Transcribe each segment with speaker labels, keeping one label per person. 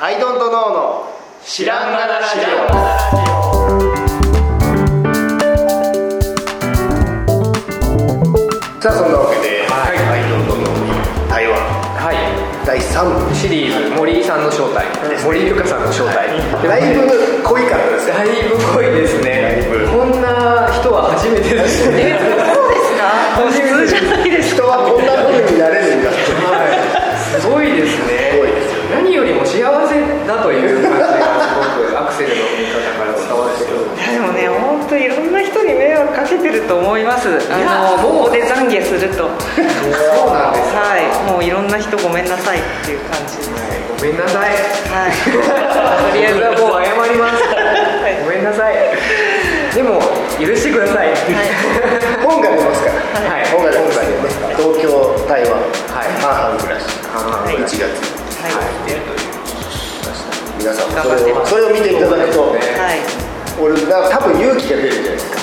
Speaker 1: アイドントノーの知らんがなラジオさあそんなわけで、
Speaker 2: はい
Speaker 1: アイドントノー台湾
Speaker 2: はい
Speaker 1: 第3部
Speaker 2: シリーズ森井さんの正体、森井ゆかさんの正体、
Speaker 1: だいぶ濃いかったですね
Speaker 2: だいぶ濃いですね
Speaker 1: だいぶ
Speaker 2: こんな人は初めてですね初めてですか
Speaker 1: 人はこんな風になれるんだって
Speaker 2: はいすごいですね
Speaker 1: すごいですよね
Speaker 2: 何よりも幸せだという感じがすごくアクセルの見方から伝わってくる
Speaker 3: いやでもね本当いろんな人に迷惑かけてると思いますあのもうで懺悔すると
Speaker 2: そうなんです
Speaker 3: はいもういろんな人ごめんなさいっていう感じです
Speaker 2: ごめんなさい
Speaker 3: はい
Speaker 2: とりあえずはもう謝ります
Speaker 3: い
Speaker 2: ごめんなさいでも許してくださいは
Speaker 1: 本が出ますから、
Speaker 2: はい
Speaker 1: 本が出ますからね東京台湾、
Speaker 2: はい
Speaker 1: 半々暮らし
Speaker 2: 半々暮
Speaker 1: 1
Speaker 2: ら
Speaker 1: 月
Speaker 2: し
Speaker 1: に
Speaker 3: は
Speaker 1: 出るという皆さんもそれ
Speaker 3: 頑張って
Speaker 1: を
Speaker 3: ます
Speaker 1: それを見ていただくと、
Speaker 2: ね
Speaker 3: い、はい
Speaker 1: 俺な多分勇気が出るんじゃないですか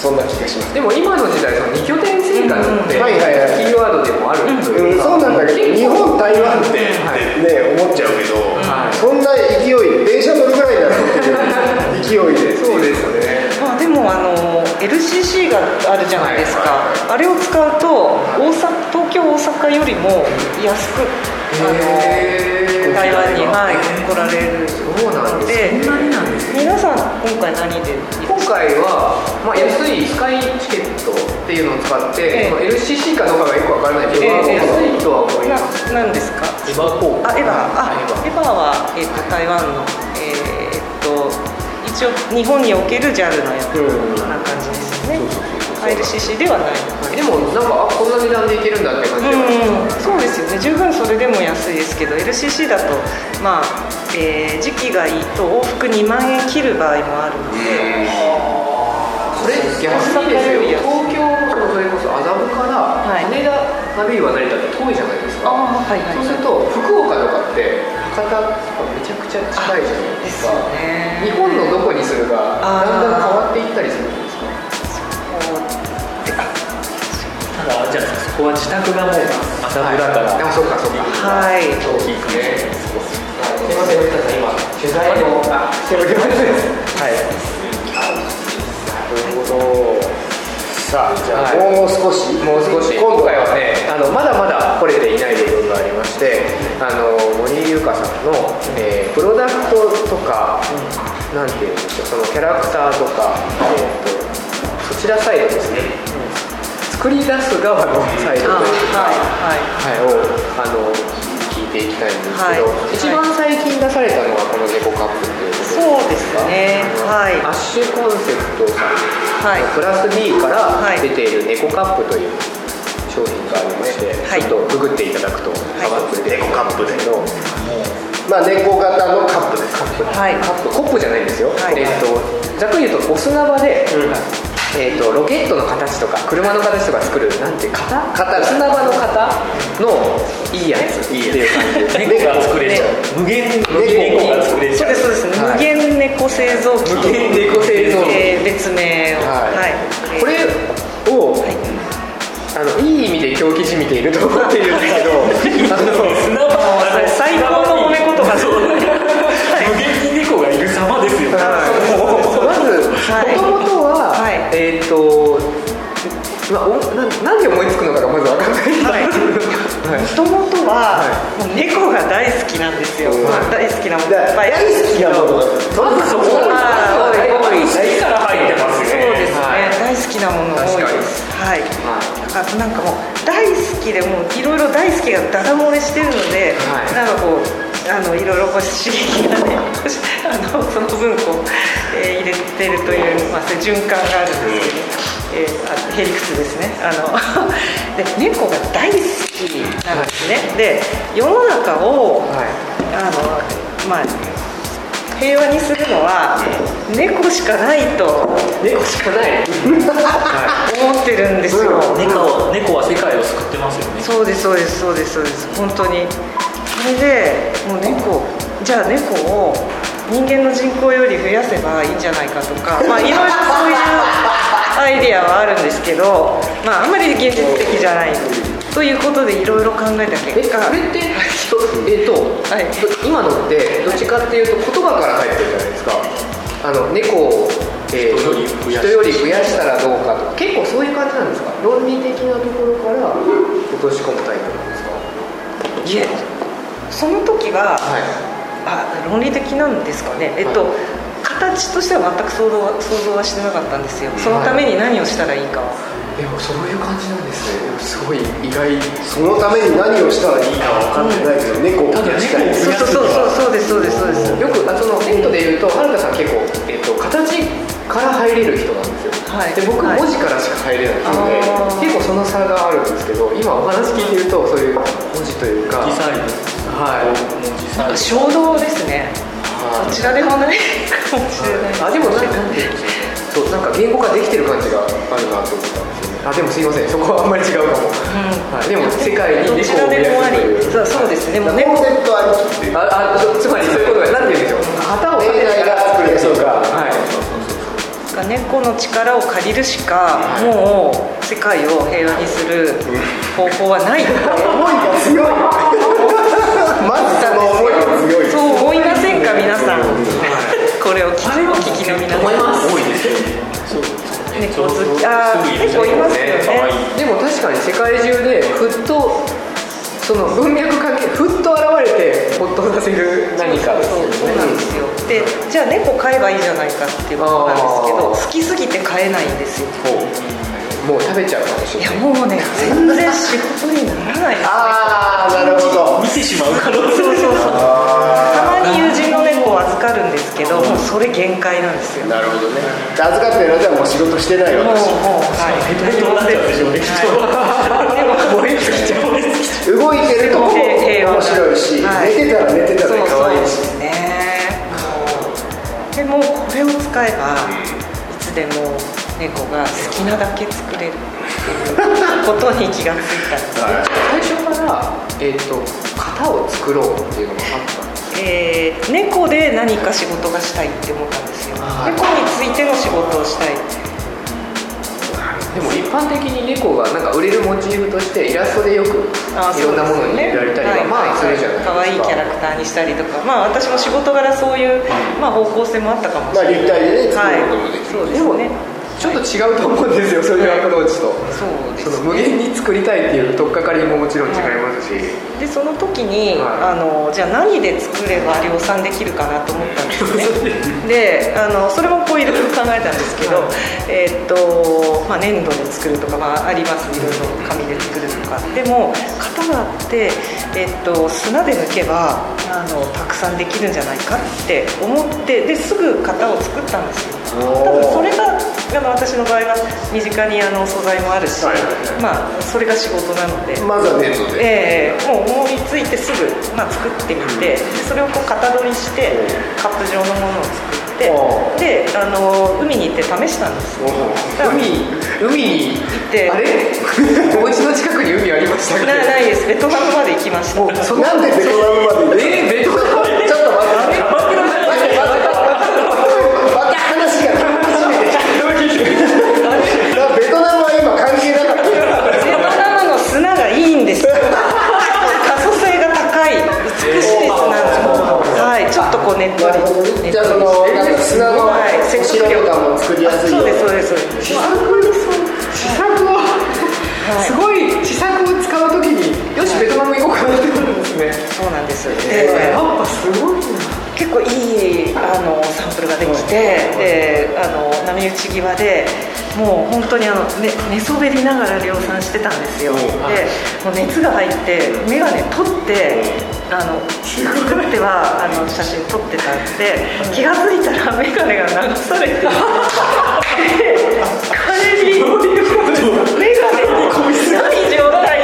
Speaker 1: そんな気がします
Speaker 2: でも今の時代その二拠点生活ってキ
Speaker 1: うんはいはいはい
Speaker 2: ーワードでもあると
Speaker 1: う
Speaker 2: い
Speaker 1: ん、
Speaker 2: うか
Speaker 1: そうなんだけど日本台湾って、
Speaker 2: はい
Speaker 1: ね思っちゃうけど、
Speaker 2: はい
Speaker 1: そんな勢い電車乗るぐらいだろうっていう勢いで
Speaker 2: そうですね
Speaker 3: まあ、でもあの LCC があるじゃないですか、
Speaker 2: は
Speaker 3: あれを使うと大阪東京大阪よりも安く
Speaker 2: へ
Speaker 3: あ
Speaker 2: ー
Speaker 3: の台湾に、はい、来られる
Speaker 2: そうなんですそんなになんですね
Speaker 3: 皆さん今回何で
Speaker 2: 今回は、まあ、安いスカイチケットっていうのを使って、
Speaker 3: ええ
Speaker 2: その LCC かどうかがよくわからないけど、
Speaker 3: ええええ
Speaker 2: 安いとは思います
Speaker 3: な何ですか
Speaker 2: エヴァ効
Speaker 3: あエヴァあ
Speaker 2: エヴァ
Speaker 3: エヴァは、えっと台湾のえーっと一応日本における JAL のやつ
Speaker 2: うん
Speaker 3: な感じですよね LCC ではない
Speaker 2: でもなんかあこんな値段でいけるんだって感じが、
Speaker 3: うん、そうですよね十分それでも安いですけど LCC だと、まあえー時期がいいと往復2万円切る場合もあるので、
Speaker 2: それ安いですよ東京のそれこそ麻布から
Speaker 3: はい
Speaker 2: 羽田までは成田って遠いじゃないですか、
Speaker 3: あはい
Speaker 2: そうすると福岡とかって博多とかめちゃくちゃ近いじゃない
Speaker 3: で
Speaker 2: です
Speaker 3: す
Speaker 2: か
Speaker 3: よね
Speaker 2: 日本のどこにするか
Speaker 3: あー
Speaker 2: だんだん変わっていったりするんですか
Speaker 4: ただじゃあそこは自宅がもう朝倉から、
Speaker 2: でもそうかそうか
Speaker 3: はい
Speaker 2: そうですねすいません森田さん今取材のあしておりますはい
Speaker 1: なるほどさあじゃあ、
Speaker 2: はい
Speaker 1: もう少し
Speaker 2: もう少し
Speaker 1: 今
Speaker 2: 今
Speaker 1: 度
Speaker 2: 回はねあのまだまだ掘れていない部分がありましてあの森井優香さんの、えープロダクトとか、なんていうんでしょうそのキャラクターとか、えーとそちらサイドですね、作り出す側のサイドという
Speaker 3: あ
Speaker 2: か、
Speaker 3: はい
Speaker 2: はい、をあの聞いていきたいんですけど、
Speaker 3: は
Speaker 2: 一
Speaker 3: い
Speaker 2: 番最近出されたのはこの「猫カップ」っていうこと
Speaker 3: そうですねはい
Speaker 2: アッシュコンセプトさん
Speaker 3: はい
Speaker 2: プラス B から
Speaker 3: はい
Speaker 2: 出ている猫カップという商品がありまして、
Speaker 3: はい
Speaker 2: ちょっとググっていただくとカバップで
Speaker 1: 猫カップで
Speaker 2: の
Speaker 1: まあ猫型のカップです
Speaker 2: カップ、
Speaker 3: はい
Speaker 2: カップコップじゃないんですよ、
Speaker 3: はい
Speaker 2: えっとざっくり言うとお砂場で、
Speaker 1: うん
Speaker 2: えっとロケットの形とか車の形とか作るなんて型
Speaker 1: 型
Speaker 2: お砂場の型のいいやつって
Speaker 1: いいやつ
Speaker 2: いう感じで
Speaker 4: 猫が作れちゃう、無限
Speaker 1: 猫
Speaker 4: に猫が作れち
Speaker 3: そう
Speaker 4: ゃ
Speaker 3: で
Speaker 4: う
Speaker 3: すそうです、
Speaker 2: はい
Speaker 3: 無限猫製造機
Speaker 2: 無限猫製造機
Speaker 3: えー別名を
Speaker 2: はい
Speaker 3: はい、
Speaker 2: これを、
Speaker 3: はい
Speaker 2: あのいい意味で狂気じみていると思っているんですけどあの
Speaker 4: 砂場は
Speaker 3: 最高の褒め言葉
Speaker 4: そう無限に猫がいる様ですよ、
Speaker 2: まず、
Speaker 3: はい
Speaker 2: もともとは、
Speaker 3: はい
Speaker 2: えっ、と、まあ、おななんで思いつくのかがまずわからないんだ
Speaker 3: はい
Speaker 2: はい
Speaker 3: もともとは、
Speaker 2: は
Speaker 3: もう猫が大好きなんですよ、
Speaker 2: はい
Speaker 3: 大好きなもの
Speaker 1: だから
Speaker 3: いっぱい
Speaker 1: 大好きなものが
Speaker 2: まずそこからま
Speaker 3: あー
Speaker 2: ず
Speaker 3: 多い
Speaker 2: 大
Speaker 4: 木から入ってます
Speaker 3: そう
Speaker 4: ね
Speaker 3: ですね、
Speaker 2: はい
Speaker 3: 大好きなもの多いですはい
Speaker 2: は
Speaker 3: だからなんかもう大好きでもういろいろ大好きがダダ漏れしてるので、
Speaker 2: はい
Speaker 3: なんかこうあのいろいろこう刺激がね あのその分こう、えー入れてるという、まあ、そういう循環があるんですけど、えーあへりくつですねあの で猫が大好きなんですね、で世の中を、
Speaker 2: はい
Speaker 3: あのまあ平和にするのは猫しかないと
Speaker 2: 猫しかない、は
Speaker 3: 思ってるんですよ、
Speaker 2: うん
Speaker 4: 猫は猫は世界を救ってますよね
Speaker 3: そうですそうですそうですそうです本当にそれでもう猫じゃあ猫を人間の人口より増やせばいいんじゃないかとかまあいろ いろそういうアイディアはあるんですけどまああんまり現実的じゃないということでいろいろ考えた
Speaker 2: え、
Speaker 3: 結
Speaker 2: こ
Speaker 3: 果
Speaker 2: れって、えっと、
Speaker 3: はい
Speaker 2: 今のって、どっちかっていうと、言葉から入ってるじゃないですか。あの、猫を、えー
Speaker 4: 人より増やし
Speaker 2: 人より増やしたらどうかとか、結構そういう感じなんですか。論理的なところから、落とし込むタイプなんですか。
Speaker 3: いえその時は、
Speaker 2: はい。
Speaker 3: あ論理的なんですかねえっと、
Speaker 2: はい
Speaker 3: 形としては全く想像は想像はしてなかったんですよ
Speaker 2: い
Speaker 3: そのために何をしたらいいかは、
Speaker 2: でも、そういう感じなんですね。でもすごい意外。
Speaker 1: そのために何をしたらいいか分かってないけど、猫を
Speaker 4: ただ
Speaker 1: したい
Speaker 3: そ
Speaker 4: 猫を
Speaker 3: うそうそうそうそうですそうですそうです
Speaker 2: よく、あ、その、ネットで言うと、はるかさん、結構、えっと、形から入れる人なんですよ。
Speaker 3: はい
Speaker 2: で、僕、
Speaker 3: はい
Speaker 2: 文字からしか入れないので
Speaker 3: あー、
Speaker 2: 結構その差があるんですけど、今お話聞いてると、そういう文字というか。
Speaker 4: 実際
Speaker 2: はい。
Speaker 4: 文字
Speaker 3: な
Speaker 4: サ
Speaker 3: んか
Speaker 4: イズ
Speaker 3: 衝動ですね
Speaker 2: はい
Speaker 3: どちらでもないかもしれない
Speaker 2: あでもなんかそうなんか言語化できてる感じがあるなと思ったんですよねあでもすいませんそこはあんまり違うかも、はい、でも世界に
Speaker 3: どち
Speaker 2: 猫
Speaker 3: ら
Speaker 2: を増
Speaker 3: でも
Speaker 2: やす
Speaker 3: あ
Speaker 2: とい
Speaker 3: り
Speaker 2: う
Speaker 3: そうそうですねも
Speaker 1: コ
Speaker 3: う
Speaker 1: ン
Speaker 3: 猫
Speaker 1: セプトありきっていう
Speaker 2: ああそうつまりそういうことがなんて言うんでしょう旗を立てたら作るとかはい
Speaker 3: が猫の力を借りるしかもう世界を平和にする方法はないって
Speaker 1: 思いが強いまずその思いが強い
Speaker 3: そう思いませんか皆さんこれを聞きお聞きの皆さん
Speaker 4: 思います多いですよねそう
Speaker 3: 猫好きあー
Speaker 4: すぐ
Speaker 3: 猫いますよね
Speaker 4: 可愛い
Speaker 2: でも確かに世界中でふっとその文脈関係ふっと現れてほっとさせる何かです
Speaker 3: そうそう
Speaker 2: よ
Speaker 3: なん
Speaker 2: ね
Speaker 3: ですよでじゃあ猫飼えばいいじゃないかっていうことなんですけど好きすぎて飼えないんですよ
Speaker 2: もう食べちゃうかもし
Speaker 3: い
Speaker 2: れ
Speaker 3: や
Speaker 2: ない
Speaker 3: もうね全然仕事にならないです
Speaker 1: ああなるほど
Speaker 4: 見てしまう可能性
Speaker 3: そうそうそう
Speaker 1: あ
Speaker 3: たまに友人の猫を預かるんですけどもうそれ限界なんです
Speaker 1: あ
Speaker 3: よもう
Speaker 1: なるほどねで預かってる間はもう仕事してない
Speaker 3: もう
Speaker 1: 私
Speaker 3: はい
Speaker 4: ヘトヘトにな っちゃうでしょうねきっと
Speaker 3: はいでも
Speaker 4: 燃え尽きちゃう燃え尽きちゃ
Speaker 1: 動いてると面
Speaker 3: 平和
Speaker 1: 白いし、
Speaker 3: はい
Speaker 1: 寝てたら寝てたで可愛い
Speaker 3: そう
Speaker 1: し
Speaker 3: そうねでもうこれを使えばいつでも猫が好きなだけ作れるっていうことに気がついたん です
Speaker 1: はい
Speaker 2: 最初から、えっと型を作ろうっていうのがあったんです
Speaker 3: えー猫で何か仕事がしたいって思ったんですよ
Speaker 2: はい
Speaker 3: 猫についての仕事をしたい
Speaker 2: でも一般的に猫がなんか売れるモチーフとしてイラストでよくい
Speaker 3: あ
Speaker 2: ろんなものに入れられたりはまあするじゃないですか
Speaker 3: 可愛いキャラクターにしたりとかまあ私も仕事柄そういう、まあ、方向性もあったかもし
Speaker 1: まあ
Speaker 3: れない
Speaker 1: 立体でね作
Speaker 3: は
Speaker 1: ることもできる、
Speaker 3: いそうで
Speaker 2: でも
Speaker 3: すね
Speaker 2: ちょっと違うと思うんですよそういうアプローチと、
Speaker 3: そうです
Speaker 2: その
Speaker 3: ね
Speaker 2: 無限に作りたいっていう取っかかりももちろん違いますし、
Speaker 3: でその時に、
Speaker 2: は
Speaker 3: あのじゃあ何で作れば量産できるかなと思ったんですね であのそれもこういろいろ考えたんですけど、
Speaker 2: は
Speaker 3: えーっと、まあ、粘土で作るとか、まあ、ありますいろいろ紙で作るとかでも型があって、えーっと砂で抜けばあのたくさんできるんじゃないかって思ってですぐ型を作ったんですよ
Speaker 1: おー
Speaker 3: 多分それがあの私の場合は身近にあの素材もあるし、
Speaker 1: はいはいはい
Speaker 3: まあ、それが仕事なので。
Speaker 1: まずは粘土で、
Speaker 3: ええもう思いついてすぐ、まあ、作ってみて、それをこう型取りしてカップ状のものを作って
Speaker 1: おう
Speaker 3: であの海に行って試したんです
Speaker 1: おー
Speaker 2: 海海に
Speaker 3: で
Speaker 2: あれ お家の近くに海ありましたっけ
Speaker 3: なないですベトナムまで行きました
Speaker 2: もうその
Speaker 1: なんでベトナムまで行っ
Speaker 2: え
Speaker 1: て
Speaker 2: ー、ベトナム
Speaker 1: ちょっと待って待って待って待って待って話が話がベトナムは今関係なかった
Speaker 3: ベトナムの砂がいい んですよ可塑性が高い美しい砂はいちょっとこうねっと
Speaker 1: なるほど
Speaker 3: り
Speaker 1: ねじゃあそのなんか砂の
Speaker 3: 接
Speaker 1: 白い
Speaker 3: 触力
Speaker 1: 感も作りやすいよ
Speaker 3: そう
Speaker 1: う
Speaker 3: で
Speaker 1: に
Speaker 3: すそうですそうです
Speaker 2: 試作にそう試作を、
Speaker 3: はい
Speaker 2: すごい試作を使うときによしベトナム行こうかなってなるんですね、
Speaker 3: そうなんです、
Speaker 2: え
Speaker 3: で
Speaker 2: ーやっぱすごいな
Speaker 3: 結構いいあのサンプルができて、であの波打ち際でもう本当にあの、ね、寝そべりながら量産してたんですよ、でもう熱が入って眼鏡取って、あの作ってはあの写真撮ってたんで、気が付いたら眼鏡が流されてで帰り眼鏡ない状態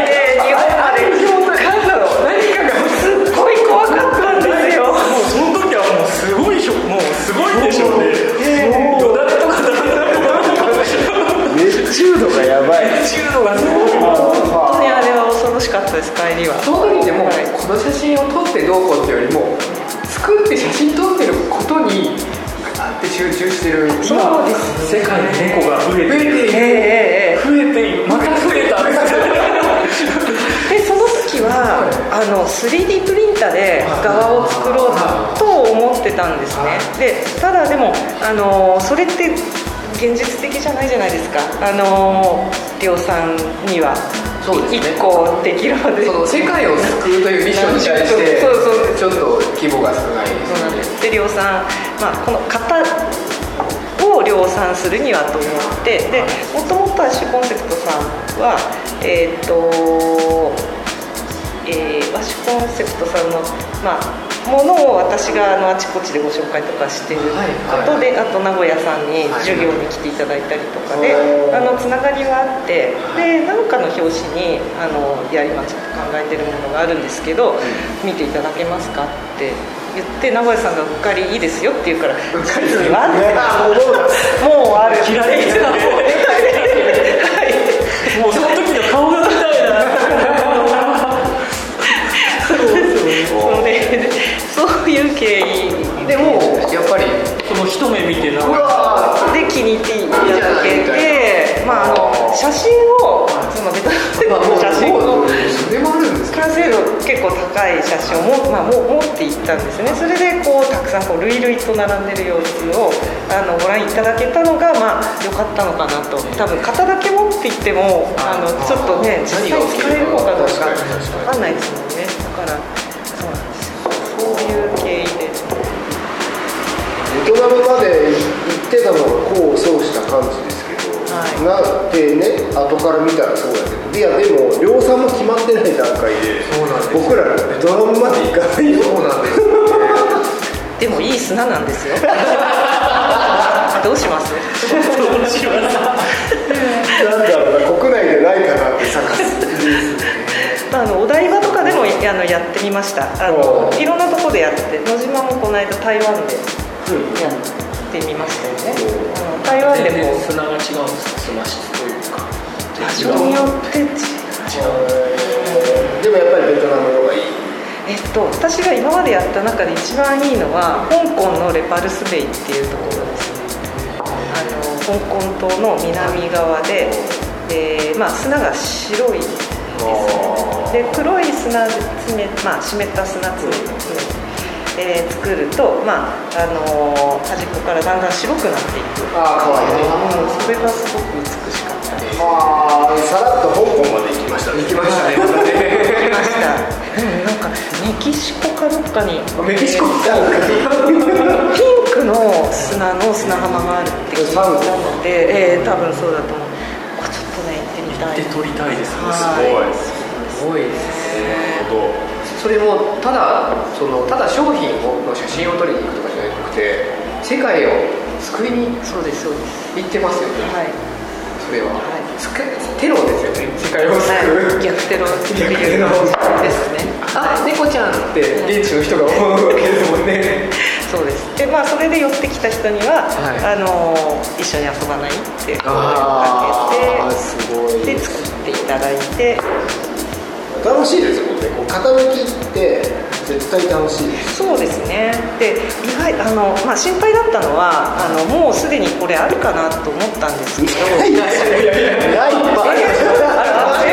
Speaker 3: で日本まで帰ったの何かがすっごい怖かったんですよ
Speaker 4: もうその時はもうすごいひょもうすごいでしょうねよだれとかだらだらとか
Speaker 1: 熱中度がやばい
Speaker 4: 中度がすごい
Speaker 3: 本当にあれは恐ろしかったです帰りは
Speaker 2: その時ってもうこの写真を撮ってどうこうっていうよりも作って写真撮ってることにガーって集中してる
Speaker 3: そうです
Speaker 4: 世界に猫が増え
Speaker 2: 増え
Speaker 4: てい
Speaker 2: ている
Speaker 3: えええ
Speaker 4: る
Speaker 3: えええ
Speaker 4: 増えているまた増えた
Speaker 3: 3D プリンターで側を作ろうと思ってたんですねでただでもあのそれって現実的じゃないじゃないですかあの量産には
Speaker 2: そうですね
Speaker 3: 1個できるまで
Speaker 2: その世界を救うというミッションに対して
Speaker 3: そうそう
Speaker 2: ちょっと規模が少ないで
Speaker 3: そうなんですすで量産、まあ、この型を量産するにはと思ってでもともとは主コンセプトさんはえーっ、とえー、和紙コンセプトさんの、まあ、ものを私があのあちこちでご紹介とかしてること
Speaker 2: はい
Speaker 3: で、あと名古屋さんに
Speaker 2: はい
Speaker 3: 授業に来ていただいたりとかで、
Speaker 2: おー
Speaker 3: あのつながりはあってで何かの表紙にあのいや今ちょっと考えてるものがあるんですけど、見ていただけますかって言って名古屋さんがうっかりいいですよって言うから「うっかりするわ」って
Speaker 1: あもうもう
Speaker 3: もう終わる
Speaker 4: 切られてる
Speaker 3: はい
Speaker 4: もうその時の顔が見たいな
Speaker 3: そうねそういう経緯
Speaker 2: でもやっぱり
Speaker 4: その一目見てな
Speaker 2: うわ
Speaker 3: で気に入っていただけて、まあ、あの写真をそのベトナ
Speaker 2: まあ
Speaker 3: ム
Speaker 2: も
Speaker 3: の写真
Speaker 2: うも
Speaker 3: を
Speaker 2: うそれもあるんです
Speaker 3: 完成度結構高い写真をも、まあ、も持っていったんですねそれでこうたくさんこう類々と並んでる様子をあのご覧いただけたのがまあ良かったのかなと多分型だけ持っていってもあのちょっとね実際使れるのかどうか
Speaker 2: 何が起きるか確かに確かに
Speaker 3: 分かんないですもんねだからそうなんですよそういう経緯で。
Speaker 1: ベトナムまで行ってたのは功を奏した感じですけど、
Speaker 3: はい
Speaker 1: なってね後から見たらそうだけどいやでも量産も決まってない段階で
Speaker 2: そうなんです
Speaker 1: 僕らベトナムまで行かないよ
Speaker 2: そうなんですよ
Speaker 3: でもいい砂なんですよ。 どうします？
Speaker 4: 面白い
Speaker 1: なん
Speaker 4: な
Speaker 1: だろうな国内でないかなって探す
Speaker 3: まあ、あのお台場とかでもあのやってみました。あの
Speaker 1: おー
Speaker 3: いろんなとこでやって、野島もこの間台湾でやってみましたよね。うん台湾でも
Speaker 4: 砂が違うんですよ砂質というか
Speaker 3: 場所によって違う。
Speaker 1: でもやっぱりベトナムの方がいい
Speaker 3: えっと私が今までやった中で一番いいのは香港のレパルスベイっていうところですね。あの香港島の南側で、でまあ砂が白いですね。で黒い砂詰めまあ湿った砂詰めえー作ると、まああの端っこからだんだん白くなっていく、
Speaker 1: ああかわいいね
Speaker 3: うん、それがすごく美しかったです
Speaker 1: ああさらっと香港まで行きましたね
Speaker 2: 行きましたねまた
Speaker 3: 来ま
Speaker 2: ね
Speaker 3: した、うん、なんかメキシコかどっかに
Speaker 1: メキシコ来たのか
Speaker 3: ピンクの砂の砂浜があるって聞いたので、えー、多分そうだと思うここちょっとね行ってみたい
Speaker 4: で撮りたいですね
Speaker 3: はい
Speaker 2: すごいですねそれもただそのただ商品をの写真を撮りに行くとかじゃなくて世界を救いに
Speaker 3: そうですそうです
Speaker 2: 行ってますよね、
Speaker 3: はい、
Speaker 2: それは、
Speaker 3: はい
Speaker 2: つけテロですよね世界を救
Speaker 3: は
Speaker 2: う、
Speaker 3: い、逆テロっていう
Speaker 2: 逆テロ
Speaker 3: ですね
Speaker 2: あ猫ちゃんって現地の人が思うわけですもんね
Speaker 3: そうですでまあそれで寄ってきた人には、
Speaker 2: は
Speaker 3: あのー一緒に遊ばないって声をか
Speaker 1: ああ
Speaker 3: け
Speaker 1: すごい
Speaker 3: てで作っていただいて
Speaker 1: 楽しいですもんねこう傾きって絶対楽しいです
Speaker 3: そうですねで意外あの、まあ、心配だったのはあのもうすでにこれあるかなと思ったんですけど
Speaker 1: ないないいやいやいっぱい
Speaker 3: ある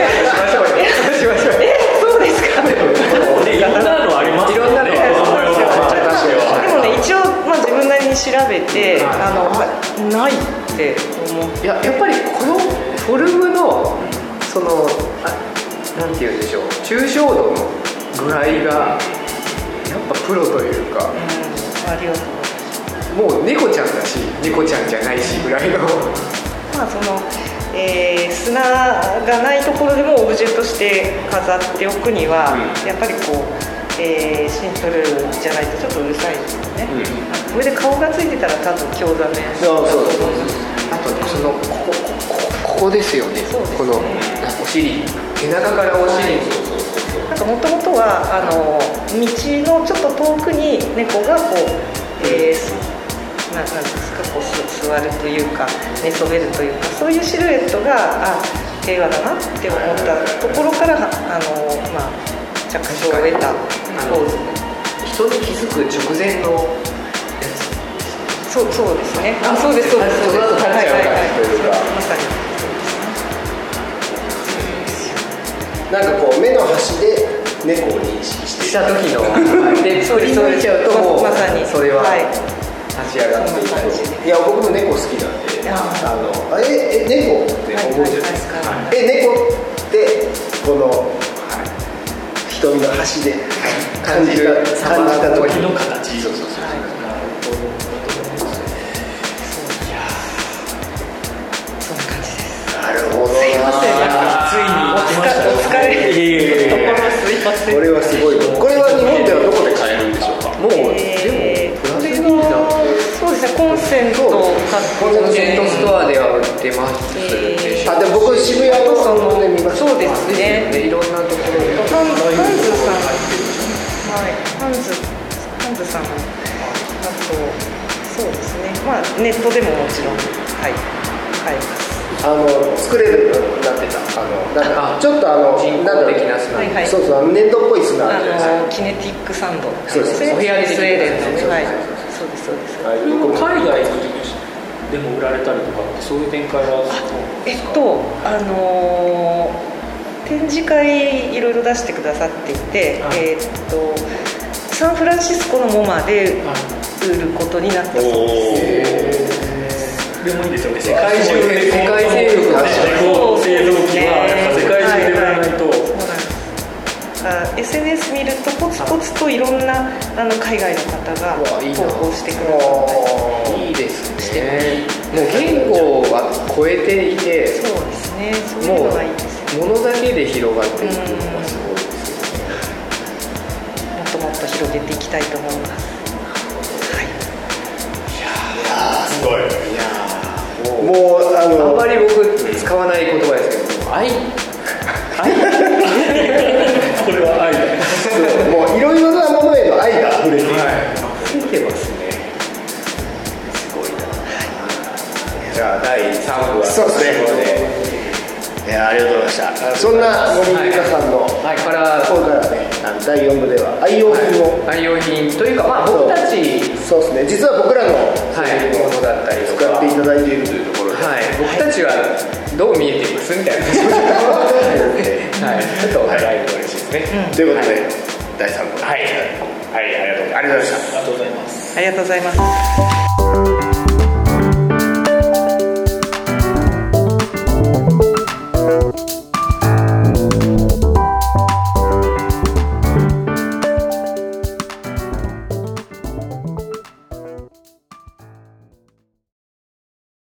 Speaker 3: え
Speaker 2: しましょう
Speaker 3: えそうですか
Speaker 4: ねいろんなのあります
Speaker 2: いろんなの
Speaker 4: ね子供用の
Speaker 2: 確かに
Speaker 3: でもね一応、まあ、自分なりに調べてあの、まあないって思って
Speaker 2: いややっぱりこのフォルムのそのあなんて言うんでしょう抽象度の具合がやっぱプロというか
Speaker 3: うんありがとう
Speaker 2: もう猫ちゃんだし猫ちゃんじゃないしぐらいの
Speaker 3: まあそのえー砂がないところでもオブジェとして飾っておくには、
Speaker 2: うん
Speaker 3: やっぱりこう、えーシンプルじゃないとちょっとうるさいですよね、これで顔がついてたら多分興ざめ
Speaker 1: そうそう
Speaker 2: あとそのここここここですよね
Speaker 3: そうですね
Speaker 2: このお尻背中からお尻に
Speaker 3: なんかもともとはあの道のちょっと遠くに猫がこう、えー、すななんていうんですかこうす座るというか寝そべるというかそういうシルエットがあ平和だなって思ったところからはあの、まあ、着想を得たポーズ
Speaker 2: 人に気づく直前の
Speaker 3: そうそうですねあそうですそうですそうです
Speaker 2: その後立っちゃう
Speaker 3: はいはいは
Speaker 2: 感じというか
Speaker 3: いまさに
Speaker 1: なんかこう目の端で猫を認識して
Speaker 2: した時の で振り向いちゃうともう
Speaker 3: まさに
Speaker 2: それは
Speaker 3: はい
Speaker 2: 立ち上がってい
Speaker 3: そんな感じで
Speaker 1: いや僕も猫好きなんで
Speaker 3: あー
Speaker 1: あのあええ猫って思うじゃないですか、
Speaker 3: はいはいはい
Speaker 1: え猫ってこの、瞳の端で感じた感じた時
Speaker 4: 鳥の形
Speaker 1: そうそうそう
Speaker 3: そんな感じです
Speaker 1: なるほどな
Speaker 4: ついに来ました
Speaker 3: お疲れ
Speaker 4: いえいえい
Speaker 3: と
Speaker 4: え
Speaker 3: ころすいません
Speaker 1: これはすごいこれは日本ではどこで買えるんでしょうか
Speaker 2: もうで
Speaker 3: え
Speaker 2: もフラ
Speaker 3: ー
Speaker 2: ンス
Speaker 3: これ
Speaker 2: 人だ
Speaker 3: はそうですねコンセントを買って
Speaker 2: コンセントストアでは売ってます
Speaker 3: えー
Speaker 1: あでも僕渋谷のそのね見ました
Speaker 3: そうですね
Speaker 2: でいろんなところで
Speaker 3: ハンハンズさん、はい、ハンズ、ハンズさん、あと、そうですね、まあ、ネットでももちろん、はい、はい、
Speaker 1: あの作れるようになってたあのなんか
Speaker 2: あ
Speaker 1: ちょっとあの
Speaker 2: 人工
Speaker 1: なんだろう
Speaker 2: 的な砂
Speaker 3: はいはい
Speaker 1: そうそうあの粘土っぽい砂あ
Speaker 3: あ
Speaker 1: るじゃないですか
Speaker 3: の、キネティックサンド、
Speaker 1: そうです
Speaker 3: ね
Speaker 2: お部屋でできる
Speaker 3: スウェーデン
Speaker 1: そうそう
Speaker 3: の
Speaker 1: そう
Speaker 3: ね、はい、そうです、そうです。
Speaker 1: あ
Speaker 4: で
Speaker 1: の
Speaker 4: も海外のでも売られたりとかってそういう展開は
Speaker 3: えっと、あのー展示会いろいろ出してくださっていて、
Speaker 4: はい
Speaker 3: えっとサンフランシスコのモマで売ることになったそうです。
Speaker 4: でもいいですよね世界中で
Speaker 2: 世界勢力が
Speaker 4: この製造機はやっぱ世界中で売らないと、
Speaker 3: そうなんですあ SNS 見るとポツポツといろんなあの海外の方が
Speaker 2: うわいいな
Speaker 3: 投稿してくださったり
Speaker 2: いいですねもう言語は超えていて
Speaker 3: そうですねそうい
Speaker 2: も
Speaker 3: うのがいいですよ
Speaker 2: うものだけで広がっていくのがすごいですよね
Speaker 3: もっともっと広げていきたいと思いますはい
Speaker 1: すごい
Speaker 2: いやーもう
Speaker 1: もうあ
Speaker 2: あん
Speaker 1: の
Speaker 2: まり僕使わない言葉ですけども愛
Speaker 4: これは愛だ
Speaker 1: そうもういろいろなものへの愛が溢れている、
Speaker 2: ついてますねすごいなじゃあ第3部は
Speaker 1: そうですね
Speaker 2: ここ
Speaker 1: い
Speaker 2: で
Speaker 1: やありがとうございましたそんな森美香さんの、
Speaker 2: はいから
Speaker 1: 今回はねあの第4部では愛用品を、
Speaker 2: 愛用品というかまあ僕たち
Speaker 1: そうですね実は僕らの
Speaker 2: はいものだったりと
Speaker 1: 使っ
Speaker 2: か
Speaker 1: ていただいているというところで、
Speaker 2: はい、僕たちはどう見えていますみたいな、はい、ちょっと笑えると嬉しいですね。
Speaker 1: ということで、第3部はい、はい、ありがとうございました
Speaker 4: ありがとうございます
Speaker 3: ありがとうございま
Speaker 1: 「
Speaker 3: す